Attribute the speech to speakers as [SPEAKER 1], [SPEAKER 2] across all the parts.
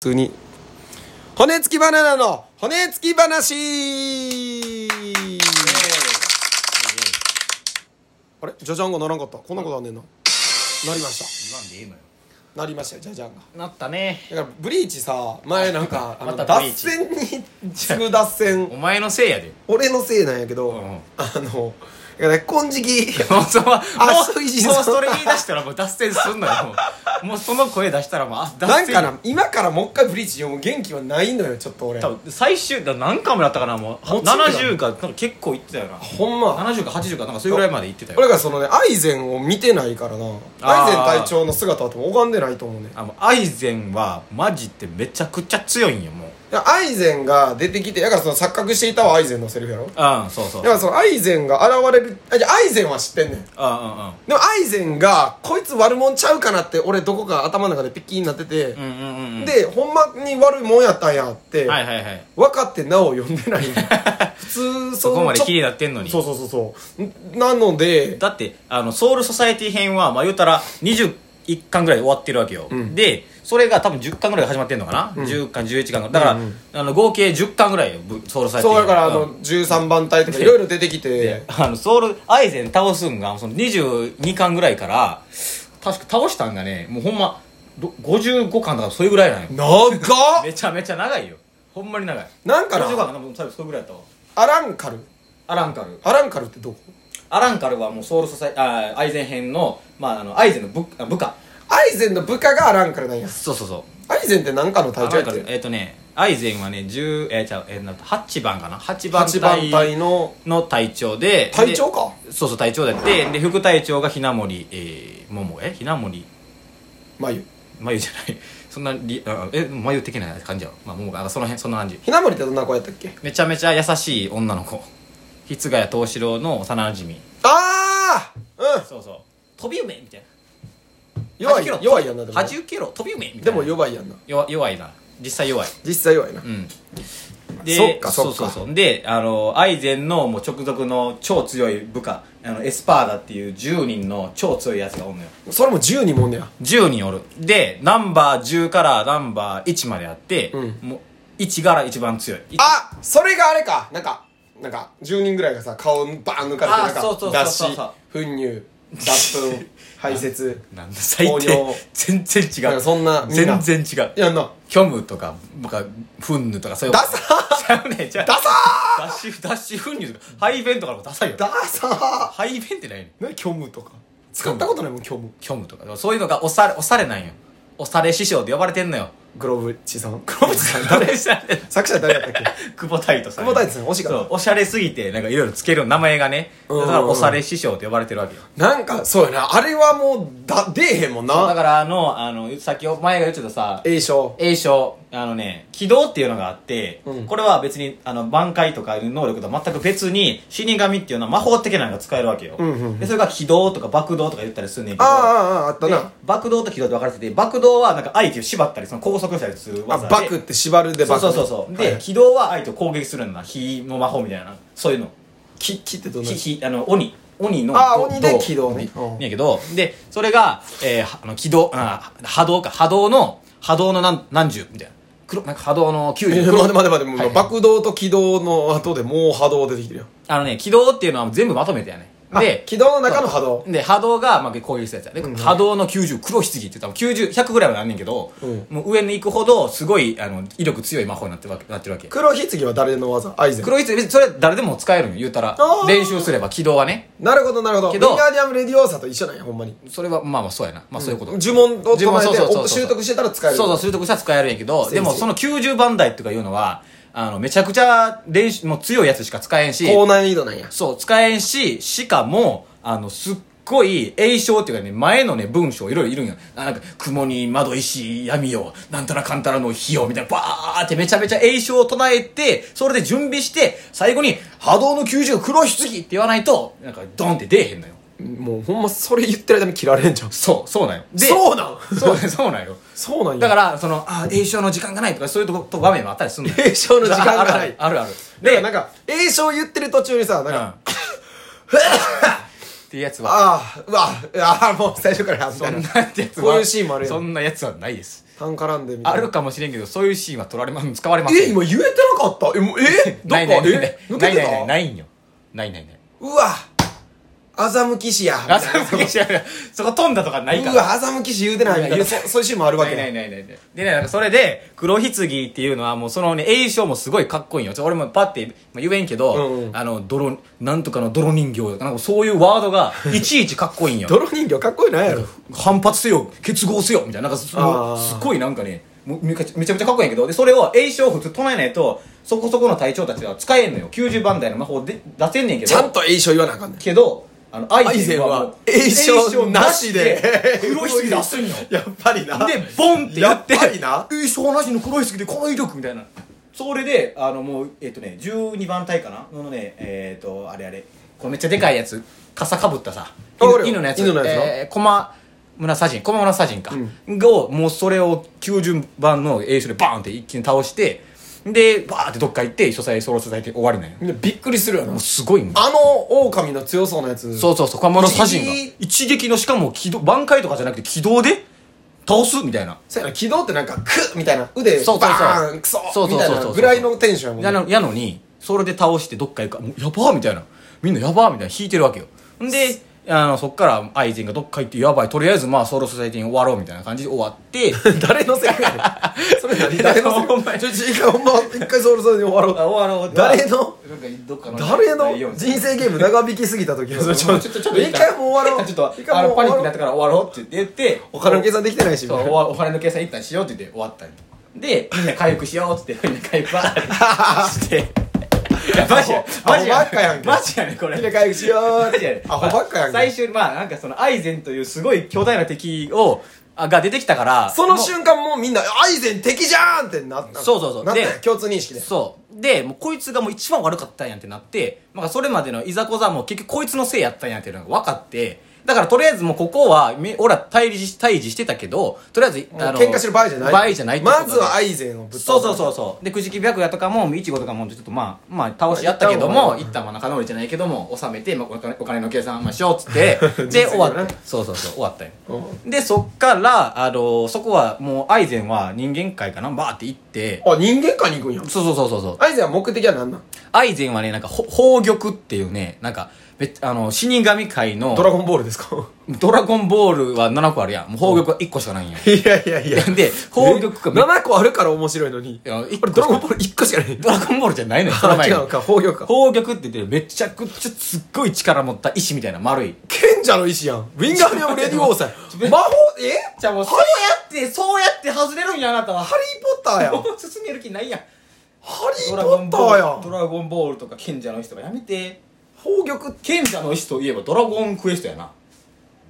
[SPEAKER 1] 普通に骨付きバナナの骨付き話あれジャジャンがならんかったこんなことあんねんななりまし
[SPEAKER 2] 言わんでええのよ
[SPEAKER 1] たなりましたよジャジャンが
[SPEAKER 2] なったね
[SPEAKER 1] だからブリーチさ前なんかあの
[SPEAKER 2] またブリ
[SPEAKER 1] 脱
[SPEAKER 2] ーチ
[SPEAKER 1] 線に次ぐ脱線
[SPEAKER 2] お前のせいやで
[SPEAKER 1] 俺のせいなんやけど、
[SPEAKER 2] んうん
[SPEAKER 1] あのだから金色
[SPEAKER 2] もうそのもう
[SPEAKER 1] あ
[SPEAKER 2] も
[SPEAKER 1] そう
[SPEAKER 2] う
[SPEAKER 1] いじそう
[SPEAKER 2] それ言い出したらもう脱線すんのよ もうもうその声出したらもうあ脱
[SPEAKER 1] なん
[SPEAKER 2] 線
[SPEAKER 1] かな今からもう一回ブリーチ読む元気はないのよちょっと俺
[SPEAKER 2] 多分最終だ何回もやったかなもう
[SPEAKER 1] もちろん
[SPEAKER 2] 70かなんか結構いってたよな
[SPEAKER 1] ほんま
[SPEAKER 2] 70か80かなんかそれぐらいまでいってたよ
[SPEAKER 1] 俺がそのねアイゼンを見てないからな
[SPEAKER 2] あー
[SPEAKER 1] アイゼン隊長の姿は多分拝んでないと思うね
[SPEAKER 2] あのアイゼンはマジってめちゃくちゃ強いんよもう
[SPEAKER 1] いやアイゼンが出てきてだからその錯覚していたはアイゼンのセリフやろだ
[SPEAKER 2] うんそうそうう
[SPEAKER 1] か
[SPEAKER 2] んうん
[SPEAKER 1] らそのアイゼンが現れるあいやアイゼンは知ってんねん
[SPEAKER 2] うん
[SPEAKER 1] でもアイゼンがこいつ悪者ちゃうかなって俺どこか頭の中でピッキーになってて
[SPEAKER 2] う、んうんうんうん
[SPEAKER 1] でほんまに悪いもんやったんやって、
[SPEAKER 2] はいはいはい
[SPEAKER 1] 分かってなお読んで ない普通そ
[SPEAKER 2] そ
[SPEAKER 1] の
[SPEAKER 2] こまで
[SPEAKER 1] ちょ
[SPEAKER 2] 綺麗になってんのに
[SPEAKER 1] そうそうそうそうんなので
[SPEAKER 2] だってあのソウルソサエティ編は、まあ、言うたら21巻ぐらいで終わってるわけよ、でそれが多分10巻ぐらいで始まってんのかな、10巻11巻だから、あの合計10巻ぐらいよぶソウルソサエティ
[SPEAKER 1] そうだからあ
[SPEAKER 2] うん
[SPEAKER 1] の13番隊とかいろいろ出てきて
[SPEAKER 2] であのソウルアイゼン倒すんがその22巻ぐらいから確か倒したんがねもうほんまど55巻だからそれぐらいなんよ
[SPEAKER 1] 長っ
[SPEAKER 2] めちゃめちゃ長いよほんまに長い
[SPEAKER 1] なんか
[SPEAKER 2] 55巻
[SPEAKER 1] な
[SPEAKER 2] かなもう最後それぐらいだったわ
[SPEAKER 1] アランカル
[SPEAKER 2] アランカル
[SPEAKER 1] アランカルってどこ
[SPEAKER 2] アランカルはもうソウルソサエあーアイゼン編の,、まあ、あのアイゼンの部あ部下
[SPEAKER 1] アイゼンの部下がアランカルなんや
[SPEAKER 2] そうそうそう
[SPEAKER 1] アイゼンって何かの隊長やったよ
[SPEAKER 2] えっ、とねアイゼンはね10えー、ちゃうえー、なんだ8番かな8番
[SPEAKER 1] 8番
[SPEAKER 2] 隊
[SPEAKER 1] 隊の
[SPEAKER 2] の隊長で
[SPEAKER 1] 隊長か
[SPEAKER 2] でそうそう隊長だってで副隊長がひなもりえー、ももえひなもり
[SPEAKER 1] まゆ
[SPEAKER 2] まゆじゃない そんなりあえまゆ的な感じやろまあももがその辺そんな感じ
[SPEAKER 1] ひなもりってどんな子やったっけ
[SPEAKER 2] めちゃめちゃ優しい女の子ひつがや藤四郎の幼馴染
[SPEAKER 1] ああ
[SPEAKER 2] そうそう飛び梅みたいな
[SPEAKER 1] 弱い
[SPEAKER 2] 弾けろ
[SPEAKER 1] 弱いやんなでも
[SPEAKER 2] 八十キロ飛び梅みたいな
[SPEAKER 1] でも弱いやんな
[SPEAKER 2] 弱弱いな実際弱い
[SPEAKER 1] 実際弱いな
[SPEAKER 2] うん
[SPEAKER 1] そっかそっか
[SPEAKER 2] うそうそうであのアイゼンのもう直属の超強い部下あのエスパーダっていう10人の超強いやつがおんのよ
[SPEAKER 1] それも10人もんねや
[SPEAKER 2] 10人おるでナンバー10からナンバー1まであって、
[SPEAKER 1] うん
[SPEAKER 2] もう1から一番強い
[SPEAKER 1] あそれがあれかなんかなんか10人ぐらいがさ顔バーン抜かれてなん
[SPEAKER 2] あそうそうそうそう
[SPEAKER 1] か脱脂糞乳脱 粉排泄
[SPEAKER 2] なんだ最
[SPEAKER 1] 糖
[SPEAKER 2] 低
[SPEAKER 1] 尿
[SPEAKER 2] 全然
[SPEAKER 1] なん
[SPEAKER 2] 違
[SPEAKER 1] か
[SPEAKER 2] う
[SPEAKER 1] そんなみんな
[SPEAKER 2] 全然違う
[SPEAKER 1] やんな
[SPEAKER 2] 虚無とか僕は憤怒とかそういう
[SPEAKER 1] ダサ
[SPEAKER 2] ちゃうねちゃう
[SPEAKER 1] ダサ
[SPEAKER 2] ダッシュダッシュ憤怒とか排便とかの方がダサいよ
[SPEAKER 1] ーダサー
[SPEAKER 2] 排便ってないの
[SPEAKER 1] 何虚無とか使ったことないもん虚無
[SPEAKER 2] 虚無とかそういうのがおされおされなんよおされ師匠って呼ばれてんのよ
[SPEAKER 1] グローブチさんグローブチさん誰 作者誰やったっけ
[SPEAKER 2] 久保太斗さ
[SPEAKER 1] 久
[SPEAKER 2] ん
[SPEAKER 1] 保太斗さん惜しかった
[SPEAKER 2] そうおしゃれすぎてなんかいろいろつける名前がねだ
[SPEAKER 1] うん
[SPEAKER 2] からおされ師匠って呼ばれてるわけよ
[SPEAKER 1] なんか、そうやな。あれはもう、だ、出えへんもん
[SPEAKER 2] だ
[SPEAKER 1] な。
[SPEAKER 2] からあのあのさっきお前が言ってたさ
[SPEAKER 1] A 賞。
[SPEAKER 2] 栄翔あのね軌道っていうのがあって、
[SPEAKER 1] うん
[SPEAKER 2] これは別にあの挽回とかいう能力とは全く別に死神っていうのは魔法的なのが使えるわけよ、
[SPEAKER 1] うんうんうん
[SPEAKER 2] でそれが軌道とか爆動とか言ったりするねんけ
[SPEAKER 1] あ
[SPEAKER 2] ど
[SPEAKER 1] あ、ああ、あった
[SPEAKER 2] で
[SPEAKER 1] な。
[SPEAKER 2] 爆動と軌道で分かれてて爆動はなんか相手を縛ったりその拘束したりする
[SPEAKER 1] あ、
[SPEAKER 2] 技で
[SPEAKER 1] バクって縛るで
[SPEAKER 2] そ
[SPEAKER 1] バ
[SPEAKER 2] う
[SPEAKER 1] ク。
[SPEAKER 2] そうそうそうで、
[SPEAKER 1] はい
[SPEAKER 2] 軌道は相手を攻撃するんだな火の魔法みたいなそういうの
[SPEAKER 1] き、きってどんな
[SPEAKER 2] 火火あの鬼鬼の
[SPEAKER 1] あー
[SPEAKER 2] ど
[SPEAKER 1] 鬼で軌道ねうん
[SPEAKER 2] やけどでそれが、えーはあの軌道あー波動か波動の波動の何何十みたいな黒なんか波動の
[SPEAKER 1] え
[SPEAKER 2] 90
[SPEAKER 1] 待て待て待て、
[SPEAKER 2] は
[SPEAKER 1] も、
[SPEAKER 2] いう
[SPEAKER 1] 爆動と軌道の後でもう波動出てきてるよ。
[SPEAKER 2] あのね軌道っていうのは全部まとめてやね
[SPEAKER 1] あ
[SPEAKER 2] で
[SPEAKER 1] 軌道の中の波動
[SPEAKER 2] そうで波動が、まあ、こういうやつやで、
[SPEAKER 1] うん
[SPEAKER 2] 波動の90黒ひつぎって多分90100ぐらいはなんねんけど、
[SPEAKER 1] うん
[SPEAKER 2] もう上に行くほどすごいあの威力強い魔法になってるわけなってるわけ
[SPEAKER 1] 黒ひつぎは誰の技アイゼン。
[SPEAKER 2] 黒いつ別にそれ誰でも使えるんよ言うたら
[SPEAKER 1] あー
[SPEAKER 2] 練習すれば軌道はね
[SPEAKER 1] なるほど、なるほど。
[SPEAKER 2] けど
[SPEAKER 1] ミガーディアム・レディオーサと一緒なんや、ほんまに。
[SPEAKER 2] それはまあまあそうやなまあそういうこと、
[SPEAKER 1] 呪文を
[SPEAKER 2] 呪
[SPEAKER 1] 唱
[SPEAKER 2] 文
[SPEAKER 1] え
[SPEAKER 2] そう
[SPEAKER 1] て、
[SPEAKER 2] そうそうそう
[SPEAKER 1] お習得してたら使える。
[SPEAKER 2] そうそう習得したら使えるんやけど
[SPEAKER 1] 先生
[SPEAKER 2] でもその90番台とかいうのはあのめちゃくちゃ練習もう強いやつしか使えんし
[SPEAKER 1] 高難易度なんや。
[SPEAKER 2] そう使えんししかもあのすっごい栄唱っていうかね前のね文章いろいろいるんよあなんか雲に窓石闇よなんたらかんたらの火よみたいなバーってめちゃめちゃ栄唱を唱えてそれで準備して最後に波動の90黒ひつぎって言わないとなんかドンって出えへんのよ
[SPEAKER 1] もう、ほんま、それ言ってる間に切られんじゃん。
[SPEAKER 2] そうそうなんよで
[SPEAKER 1] そうなん
[SPEAKER 2] そうそうなんよ
[SPEAKER 1] そうなんや。
[SPEAKER 2] だから、その、あ、栄唱の時間がないとか、そういうとこと場面もあったりするのよ。
[SPEAKER 1] 栄唱の時間がない
[SPEAKER 2] あるあるあるある。
[SPEAKER 1] で、
[SPEAKER 2] で、
[SPEAKER 1] なんか、栄唱言ってる途中にさ、なん
[SPEAKER 2] う
[SPEAKER 1] か
[SPEAKER 2] ん、っていうやつは、
[SPEAKER 1] ああ、うわ、ああ、もう最初からやみた
[SPEAKER 2] そ
[SPEAKER 1] い
[SPEAKER 2] ん
[SPEAKER 1] な
[SPEAKER 2] なやつは、
[SPEAKER 1] こういうシーンもあるよ
[SPEAKER 2] そんなやつはないです。
[SPEAKER 1] タン絡んでみたい
[SPEAKER 2] あ
[SPEAKER 1] な
[SPEAKER 2] るかもしれんけど、そういうシーンは取られまん、使われません。
[SPEAKER 1] え今言えてなかったえもうえどっか
[SPEAKER 2] ないないないない
[SPEAKER 1] え。抜けて
[SPEAKER 2] ないないない
[SPEAKER 1] た
[SPEAKER 2] ないんよ。ないないない。
[SPEAKER 1] うわ欺き師やみた
[SPEAKER 2] あ
[SPEAKER 1] いな
[SPEAKER 2] そこ知らないそこ飛んだとかないから。
[SPEAKER 1] うわ欺き師言うてないみたいな
[SPEAKER 2] ないない
[SPEAKER 1] そそういうシーンもあるわけ
[SPEAKER 2] ないない
[SPEAKER 1] ね
[SPEAKER 2] ないないないでねなんかそれで黒ひつぎっていうのはもうそのね栄翔もすごいかっこいいんよちょ俺もパッてまあ言えんけど、
[SPEAKER 1] うんうん
[SPEAKER 2] あの泥なんとかの泥人形とかなんかそういうワードがいちいちかっこいいんよ
[SPEAKER 1] 泥人形かっこいいなやろ
[SPEAKER 2] 反発せよ結合せよみたいななんかそ
[SPEAKER 1] あー
[SPEAKER 2] すごいなんかねもうめちゃめちゃめちゃかっこいいんやけどでそれを栄翔普通唱えないとそこそこの隊長たちは使えんのよ90番台の魔法で出せんねんけど
[SPEAKER 1] ちゃんと栄称言わなあかんねん
[SPEAKER 2] けどあのア
[SPEAKER 1] アイゼンは
[SPEAKER 2] 栄
[SPEAKER 1] 栄
[SPEAKER 2] 翔
[SPEAKER 1] 称なしで
[SPEAKER 2] 黒ひつぎ出すんよ
[SPEAKER 1] やっぱりな
[SPEAKER 2] で、ボンってやって、
[SPEAKER 1] やっぱりな
[SPEAKER 2] えー、しょうがなしの黒いすぎでこの威力みたいな。それで、あの、もう、えっ、とね、12番隊かなのね、えっ、と、あれあれ、これめっちゃでかいやつ、傘かぶったさ、
[SPEAKER 1] あ俺よ
[SPEAKER 2] 犬犬のやつ、
[SPEAKER 1] 犬のやつな
[SPEAKER 2] えー、駒村サジン、駒村サジンか、を、もうそれを90番の英雄でバーンって一気に倒して、で、バーってどっか行って、書斎、ソロ書斎で終わりなんよ。も
[SPEAKER 1] みんなびっくりするよな
[SPEAKER 2] うすごいんだ
[SPEAKER 1] あの狼の強そうなやつ
[SPEAKER 2] そうそうそう、駒村サジンが
[SPEAKER 1] 一撃。
[SPEAKER 2] 一撃の、しかも軌道、挽回とかじゃなくて軌道で倒すみたいな。
[SPEAKER 1] そうやな軌道ってなんかクッみたいな腕
[SPEAKER 2] そうそうそう
[SPEAKER 1] バーンクソ
[SPEAKER 2] そうそ
[SPEAKER 1] み
[SPEAKER 2] うそうそう
[SPEAKER 1] たいなぐらいのテンションやもん
[SPEAKER 2] やのやのにそれで倒してどっか行くかもうやばーみたいなみんなやばーみたいな引いてるわけよんであのそっからアイゼンがどっか行ってやばいとりあえずまあソロソサイティに終わろうみたいな感じで終わ って
[SPEAKER 1] 誰のせいやねんそれ何誰のせい
[SPEAKER 2] お前
[SPEAKER 1] ちょちょ一回ほんま一回ソウルソウルで終わろう
[SPEAKER 2] わ
[SPEAKER 1] 誰の
[SPEAKER 2] どっか
[SPEAKER 1] 誰の人生ゲーム長引きすぎた時の
[SPEAKER 2] ちょちょちょちょ
[SPEAKER 1] 一回もう終わろう
[SPEAKER 2] ちょっと
[SPEAKER 1] 一
[SPEAKER 2] あ
[SPEAKER 1] 回も
[SPEAKER 2] の
[SPEAKER 1] う
[SPEAKER 2] パニ
[SPEAKER 1] 終わ
[SPEAKER 2] ックに
[SPEAKER 1] ろう
[SPEAKER 2] なったから終わろうって言って
[SPEAKER 1] お金の計算できてないしみ
[SPEAKER 2] そ
[SPEAKER 1] たいう な
[SPEAKER 2] おわお金の計算一旦しようって言って終わったんよでみんな回復しようって言ってみんな回復バーってしていやマジや
[SPEAKER 1] アホ
[SPEAKER 2] マジ
[SPEAKER 1] ア
[SPEAKER 2] や
[SPEAKER 1] ホばっかやんけ
[SPEAKER 2] マジや ねこれ
[SPEAKER 1] みんな回復しよう
[SPEAKER 2] マジやね
[SPEAKER 1] アホばっかやんけ
[SPEAKER 2] 最終まあなんかそのアイゼンというすごい巨大な敵をあが出てきたから
[SPEAKER 1] その瞬間もうみんな「アイゼン敵じゃん!」ってなった
[SPEAKER 2] そうそうそう
[SPEAKER 1] なったんや
[SPEAKER 2] で
[SPEAKER 1] 共通認識で
[SPEAKER 2] そうでもうこいつがもう一番悪かったんやってなって、まあ、それまでのいざこざも結局こいつのせいやったんやっていうのが分かってだからとりあえずもうここはみ俺は対峙し対峙してたけどとりあえず
[SPEAKER 1] もう喧嘩してる場合じゃない
[SPEAKER 2] 場合じゃないってことで
[SPEAKER 1] まずはアイゼンをぶっ
[SPEAKER 2] そうそう
[SPEAKER 1] う
[SPEAKER 2] そうそうでくじき白夜とかもいちごとかもちょっとまあまあ倒しやったけども一旦は仲直りじゃないけども収めて、まあ、お金お金の計算まあしようっつって で
[SPEAKER 1] 実績
[SPEAKER 2] 終わ
[SPEAKER 1] を
[SPEAKER 2] っ
[SPEAKER 1] ね
[SPEAKER 2] たそうそうそう終わったよでそっから、あのそこはもうアイゼンは人間界かなバーって行って
[SPEAKER 1] あ人間界に行くんや
[SPEAKER 2] そうそうそうそうそう
[SPEAKER 1] アイゼンは目的は何なん
[SPEAKER 2] アイゼンはねなんかほ宝玉っていうねなんかめっあの死神界の
[SPEAKER 1] ドラゴンボールですか
[SPEAKER 2] ドラゴンボールは7個あるやんもう宝玉は1個しか ないんや、
[SPEAKER 1] いやいやいや
[SPEAKER 2] で宝玉がめっ
[SPEAKER 1] 7個あるから面白いのに
[SPEAKER 2] いや一個し
[SPEAKER 1] これド
[SPEAKER 2] か
[SPEAKER 1] ラゴンボール1個しかない
[SPEAKER 2] ドラゴンボールじゃないのよその
[SPEAKER 1] あ
[SPEAKER 2] 前
[SPEAKER 1] 違う
[SPEAKER 2] に
[SPEAKER 1] のか宝玉か
[SPEAKER 2] 宝玉って言ってめちゃくちゃすっごい力持った石みたいな丸い
[SPEAKER 1] 賢者の意志やん。ウィンガーミアム・レディ・ウォーサー。魔法、え
[SPEAKER 2] じゃあもうそうやってそうやって外れるんやあなたは
[SPEAKER 1] ハリー・ポッターやん。ハ
[SPEAKER 2] もう進める気ないやん
[SPEAKER 1] リー・ポッターや
[SPEAKER 2] ド
[SPEAKER 1] ん。
[SPEAKER 2] ラゴンボールとか賢者の石とかやめて
[SPEAKER 1] 宝玉って。
[SPEAKER 2] 賢者の石といえばドラゴンクエストやな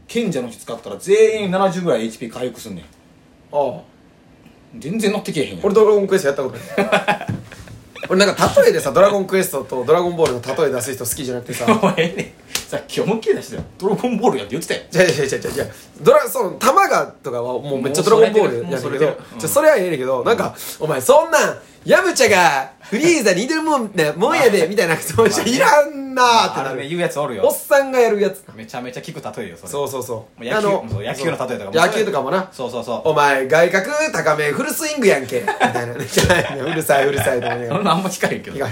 [SPEAKER 2] 賢者の石使ったら全員70ぐらい HP 回復すんねん
[SPEAKER 1] ああ。
[SPEAKER 2] 全然乗ってけえへんやん
[SPEAKER 1] 俺ドラゴンクエストやったことない。 俺なんか例えでさ、ドラゴンクエストとドラゴンボールの例え出す人好きじゃなく てさ。
[SPEAKER 2] お前ねさっき思いっきり出してたよドラゴンボールやって言ってたよ
[SPEAKER 1] じゃじゃじゃじゃじゃドラ、その、玉がとかはもうめっちゃドラゴンボールやねん
[SPEAKER 2] もうそ
[SPEAKER 1] け
[SPEAKER 2] れで
[SPEAKER 1] ど
[SPEAKER 2] もうそれで、
[SPEAKER 1] じゃそれはええねんけど、なんか、お前そんなん、ヤムチャがフリーザに似てるもんね、もんやで、みたいな人 いらんなーってな
[SPEAKER 2] あれね
[SPEAKER 1] る。
[SPEAKER 2] 言うやつおる
[SPEAKER 1] おっ
[SPEAKER 2] よ
[SPEAKER 1] さんがやるやつ。
[SPEAKER 2] めちゃめちゃ聞く例えよそれ
[SPEAKER 1] そうそうそう。
[SPEAKER 2] 野球
[SPEAKER 1] あ
[SPEAKER 2] そう野球の例えとかも
[SPEAKER 1] 野球とかもな。
[SPEAKER 2] そうそうそう
[SPEAKER 1] お前、外角高めフルスイングやんけ。みたい なね。うるさい、うるさいと思いなが
[SPEAKER 2] そん
[SPEAKER 1] ら
[SPEAKER 2] なあんま聞かへんけど
[SPEAKER 1] ま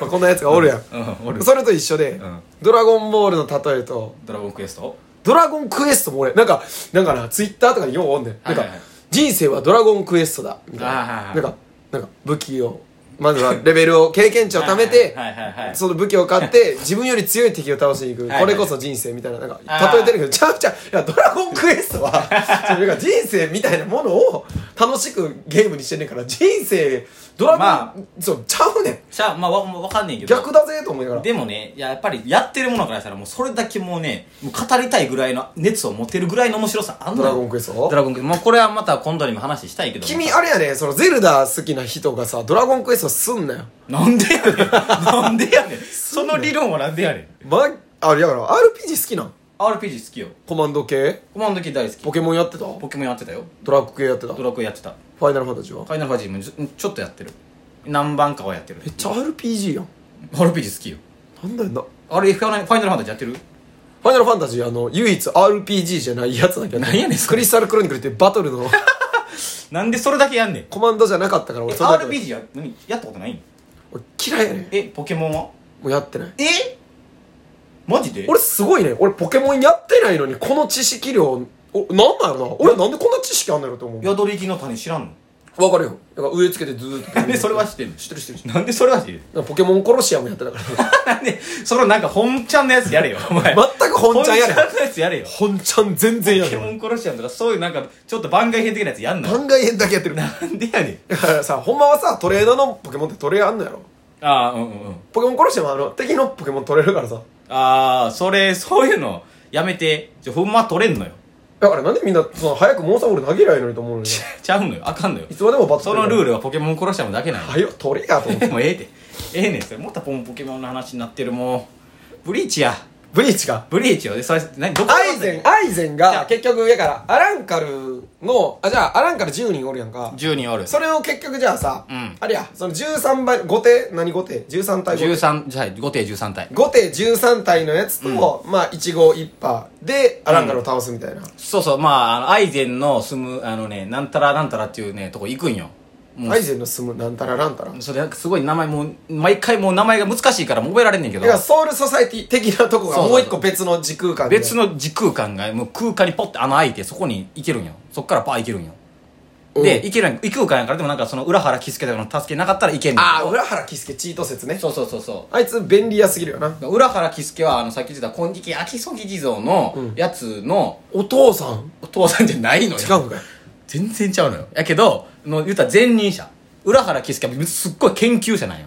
[SPEAKER 1] あこんなやつがおるやん。
[SPEAKER 2] うんおる
[SPEAKER 1] それと一緒で、
[SPEAKER 2] ん
[SPEAKER 1] ドラゴンボールの例えと、
[SPEAKER 2] ドラゴンクエスト
[SPEAKER 1] ドラゴンクエストも俺、なんか、なんかな、ツイッターとかにようおんねん。なんか、
[SPEAKER 2] はいはいはい
[SPEAKER 1] 人生はドラゴンクエストだ。みたい
[SPEAKER 2] あーはいは
[SPEAKER 1] な。
[SPEAKER 2] い
[SPEAKER 1] なんか、なんか、武器を、まずはレベ ルを、経験値を貯めて
[SPEAKER 2] はいはいはいは、い
[SPEAKER 1] その武器を買って、自分より強い敵を倒しに行く。
[SPEAKER 2] いはい
[SPEAKER 1] これこそ人生みたいな、なんか、
[SPEAKER 2] あー
[SPEAKER 1] 例えてるけど、ちゃうちゃう。いや、ドラゴンクエスト は、それが人生みたいなものを楽しくゲームにしてんねんから、人生、ドラゴン、
[SPEAKER 2] ま
[SPEAKER 1] そう、ちゃうねん。
[SPEAKER 2] じゃあまあわわかんねんけど
[SPEAKER 1] 逆だぜと思いながら。
[SPEAKER 2] でもねいややっぱりやってるものからしたらもうそれだけもうねもう語りたいぐらいの熱を持てるぐらいの面白さあんの
[SPEAKER 1] ドラ
[SPEAKER 2] よ
[SPEAKER 1] ゴンクエスト
[SPEAKER 2] ドラゴンクエストもうこれはまた今度にも話したいけど
[SPEAKER 1] 君、あれやね、その、ゼルダ好きな人がさ、ドラゴンクエストすんなよ。
[SPEAKER 2] なんでやねん なんでやねんその理論はなんでやねん
[SPEAKER 1] ま、あれやから RPG 好きなん
[SPEAKER 2] RPG 好きよ
[SPEAKER 1] コマンド系
[SPEAKER 2] コマンド系大好き
[SPEAKER 1] ポケモンやってた
[SPEAKER 2] ポケモンやってたよ
[SPEAKER 1] ドラッグ系やってたフ
[SPEAKER 2] ドラクエやってたフ
[SPEAKER 1] ァイナルファンタジーは
[SPEAKER 2] ァイナルファジーもちょちょっとやってる何番かはやってる
[SPEAKER 1] めっちゃ RPG やん
[SPEAKER 2] RPG 好きよ
[SPEAKER 1] なんだよなフ
[SPEAKER 2] あれファイナルファイナルファンタジーやってる
[SPEAKER 1] ァイナルファンタジーあの唯一 RPG じゃないやつだけど
[SPEAKER 2] 何やねんそれ
[SPEAKER 1] クリスタルクロニクルっていうバトルのあ
[SPEAKER 2] なんでそれだけやんねん
[SPEAKER 1] コマンドじゃなかったから
[SPEAKER 2] え
[SPEAKER 1] 俺それだけ
[SPEAKER 2] RPG や何やったことないん
[SPEAKER 1] 俺嫌いやねん
[SPEAKER 2] えポケモンは
[SPEAKER 1] もうやってない
[SPEAKER 2] えマジで
[SPEAKER 1] 俺すごいね俺ポケモンやってないのにこの知識量おなんだろな俺なんでこんな知識あんのやろと思う
[SPEAKER 2] 宿り木の種知らんの
[SPEAKER 1] わかるよだから植え付けてずーっと
[SPEAKER 2] なん でそれは知ってんの
[SPEAKER 1] 知ってる知ってる知ってる
[SPEAKER 2] なんでそれは知ってる
[SPEAKER 1] だからポケモンコロシアムやってたから
[SPEAKER 2] なんでそれなんか本ちゃんのやつやれよお
[SPEAKER 1] 全
[SPEAKER 2] 前
[SPEAKER 1] く本ちゃんやれ
[SPEAKER 2] 本のやつやれよ
[SPEAKER 1] 本ちゃん全然や
[SPEAKER 2] ポケ
[SPEAKER 1] る
[SPEAKER 2] モンコロシアムとかそういうなんかちょっと番外編的なやつやんの
[SPEAKER 1] 番外編だけやってるだ
[SPEAKER 2] なんでやねん
[SPEAKER 1] からさほんまはさトレードのポケモンってトレーあんのやろ
[SPEAKER 2] ああうんうんうん
[SPEAKER 1] ポケモンコロシアムはあの敵のポケモン取れるからさ
[SPEAKER 2] ああそれそういうのやめてちょほんま取れんのよ
[SPEAKER 1] だからなんでみんなその早くモンスターボール投げりゃいいのにと思うのにい
[SPEAKER 2] ちゃうのよあかんのよ
[SPEAKER 1] つまでもバット
[SPEAKER 2] そのルー
[SPEAKER 1] ル
[SPEAKER 2] ルはポケモンコロシアムだけなの
[SPEAKER 1] はよ取れやと思っ
[SPEAKER 2] で
[SPEAKER 1] て
[SPEAKER 2] もええでええねんそれもたポンポケモンの話になってるもうブリーチや
[SPEAKER 1] ブリーチが
[SPEAKER 2] ブリーチよでそれ何どこ
[SPEAKER 1] アイ ゼンアイゼン
[SPEAKER 2] じゃあ
[SPEAKER 1] が結局だからアランカルのあじゃあアランカル10人おるやんか
[SPEAKER 2] 10人おる
[SPEAKER 1] それを結局じゃあさ、
[SPEAKER 2] うん
[SPEAKER 1] あれやその13倍5手何5手13対5手
[SPEAKER 2] 13はい5手13体
[SPEAKER 1] 5手13体のやつと、まあ1号1波でアランカルを倒すみたいな、
[SPEAKER 2] そうそうまああのアイゼンの住むあのねなんたらなんたらっていうねとこ行くんよもう
[SPEAKER 1] アイゼンの住むなんたらなんたらだ
[SPEAKER 2] それすごい名前もう毎回もう名前が難しいからもう覚えられんねんけど
[SPEAKER 1] からソウルソサエティ的なとこが
[SPEAKER 2] そうそうそう
[SPEAKER 1] もう一個別の時空間で
[SPEAKER 2] 別の時空間がもう空間にポッて穴開いてそこに行けるんよそっからパー行けるんよで行けるんよ異空間やからでもなんかその裏腹気付けたの助けなかったらいけんねん
[SPEAKER 1] ああ
[SPEAKER 2] け
[SPEAKER 1] 浦原喜助チート説ね
[SPEAKER 2] どそうそうそうそ
[SPEAKER 1] あいつ便利やすぎるよな
[SPEAKER 2] う裏原喜助はあのさっき言ってた金色秋曽木地蔵のやつの
[SPEAKER 1] お父さん
[SPEAKER 2] お父さんじゃないのよ
[SPEAKER 1] 違うんかい
[SPEAKER 2] 全然ちゃうのよやけどの言うたら前任者浦原喜助はすっごい研究者なんよ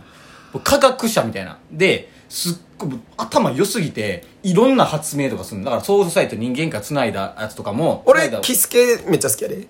[SPEAKER 2] もう科学者みたいなですっごい頭良すぎていろんな発明とかするのだからソウルソサイト人間がつないだやつとかも
[SPEAKER 1] 俺
[SPEAKER 2] 繋いだ
[SPEAKER 1] 喜助めっちゃ好きやで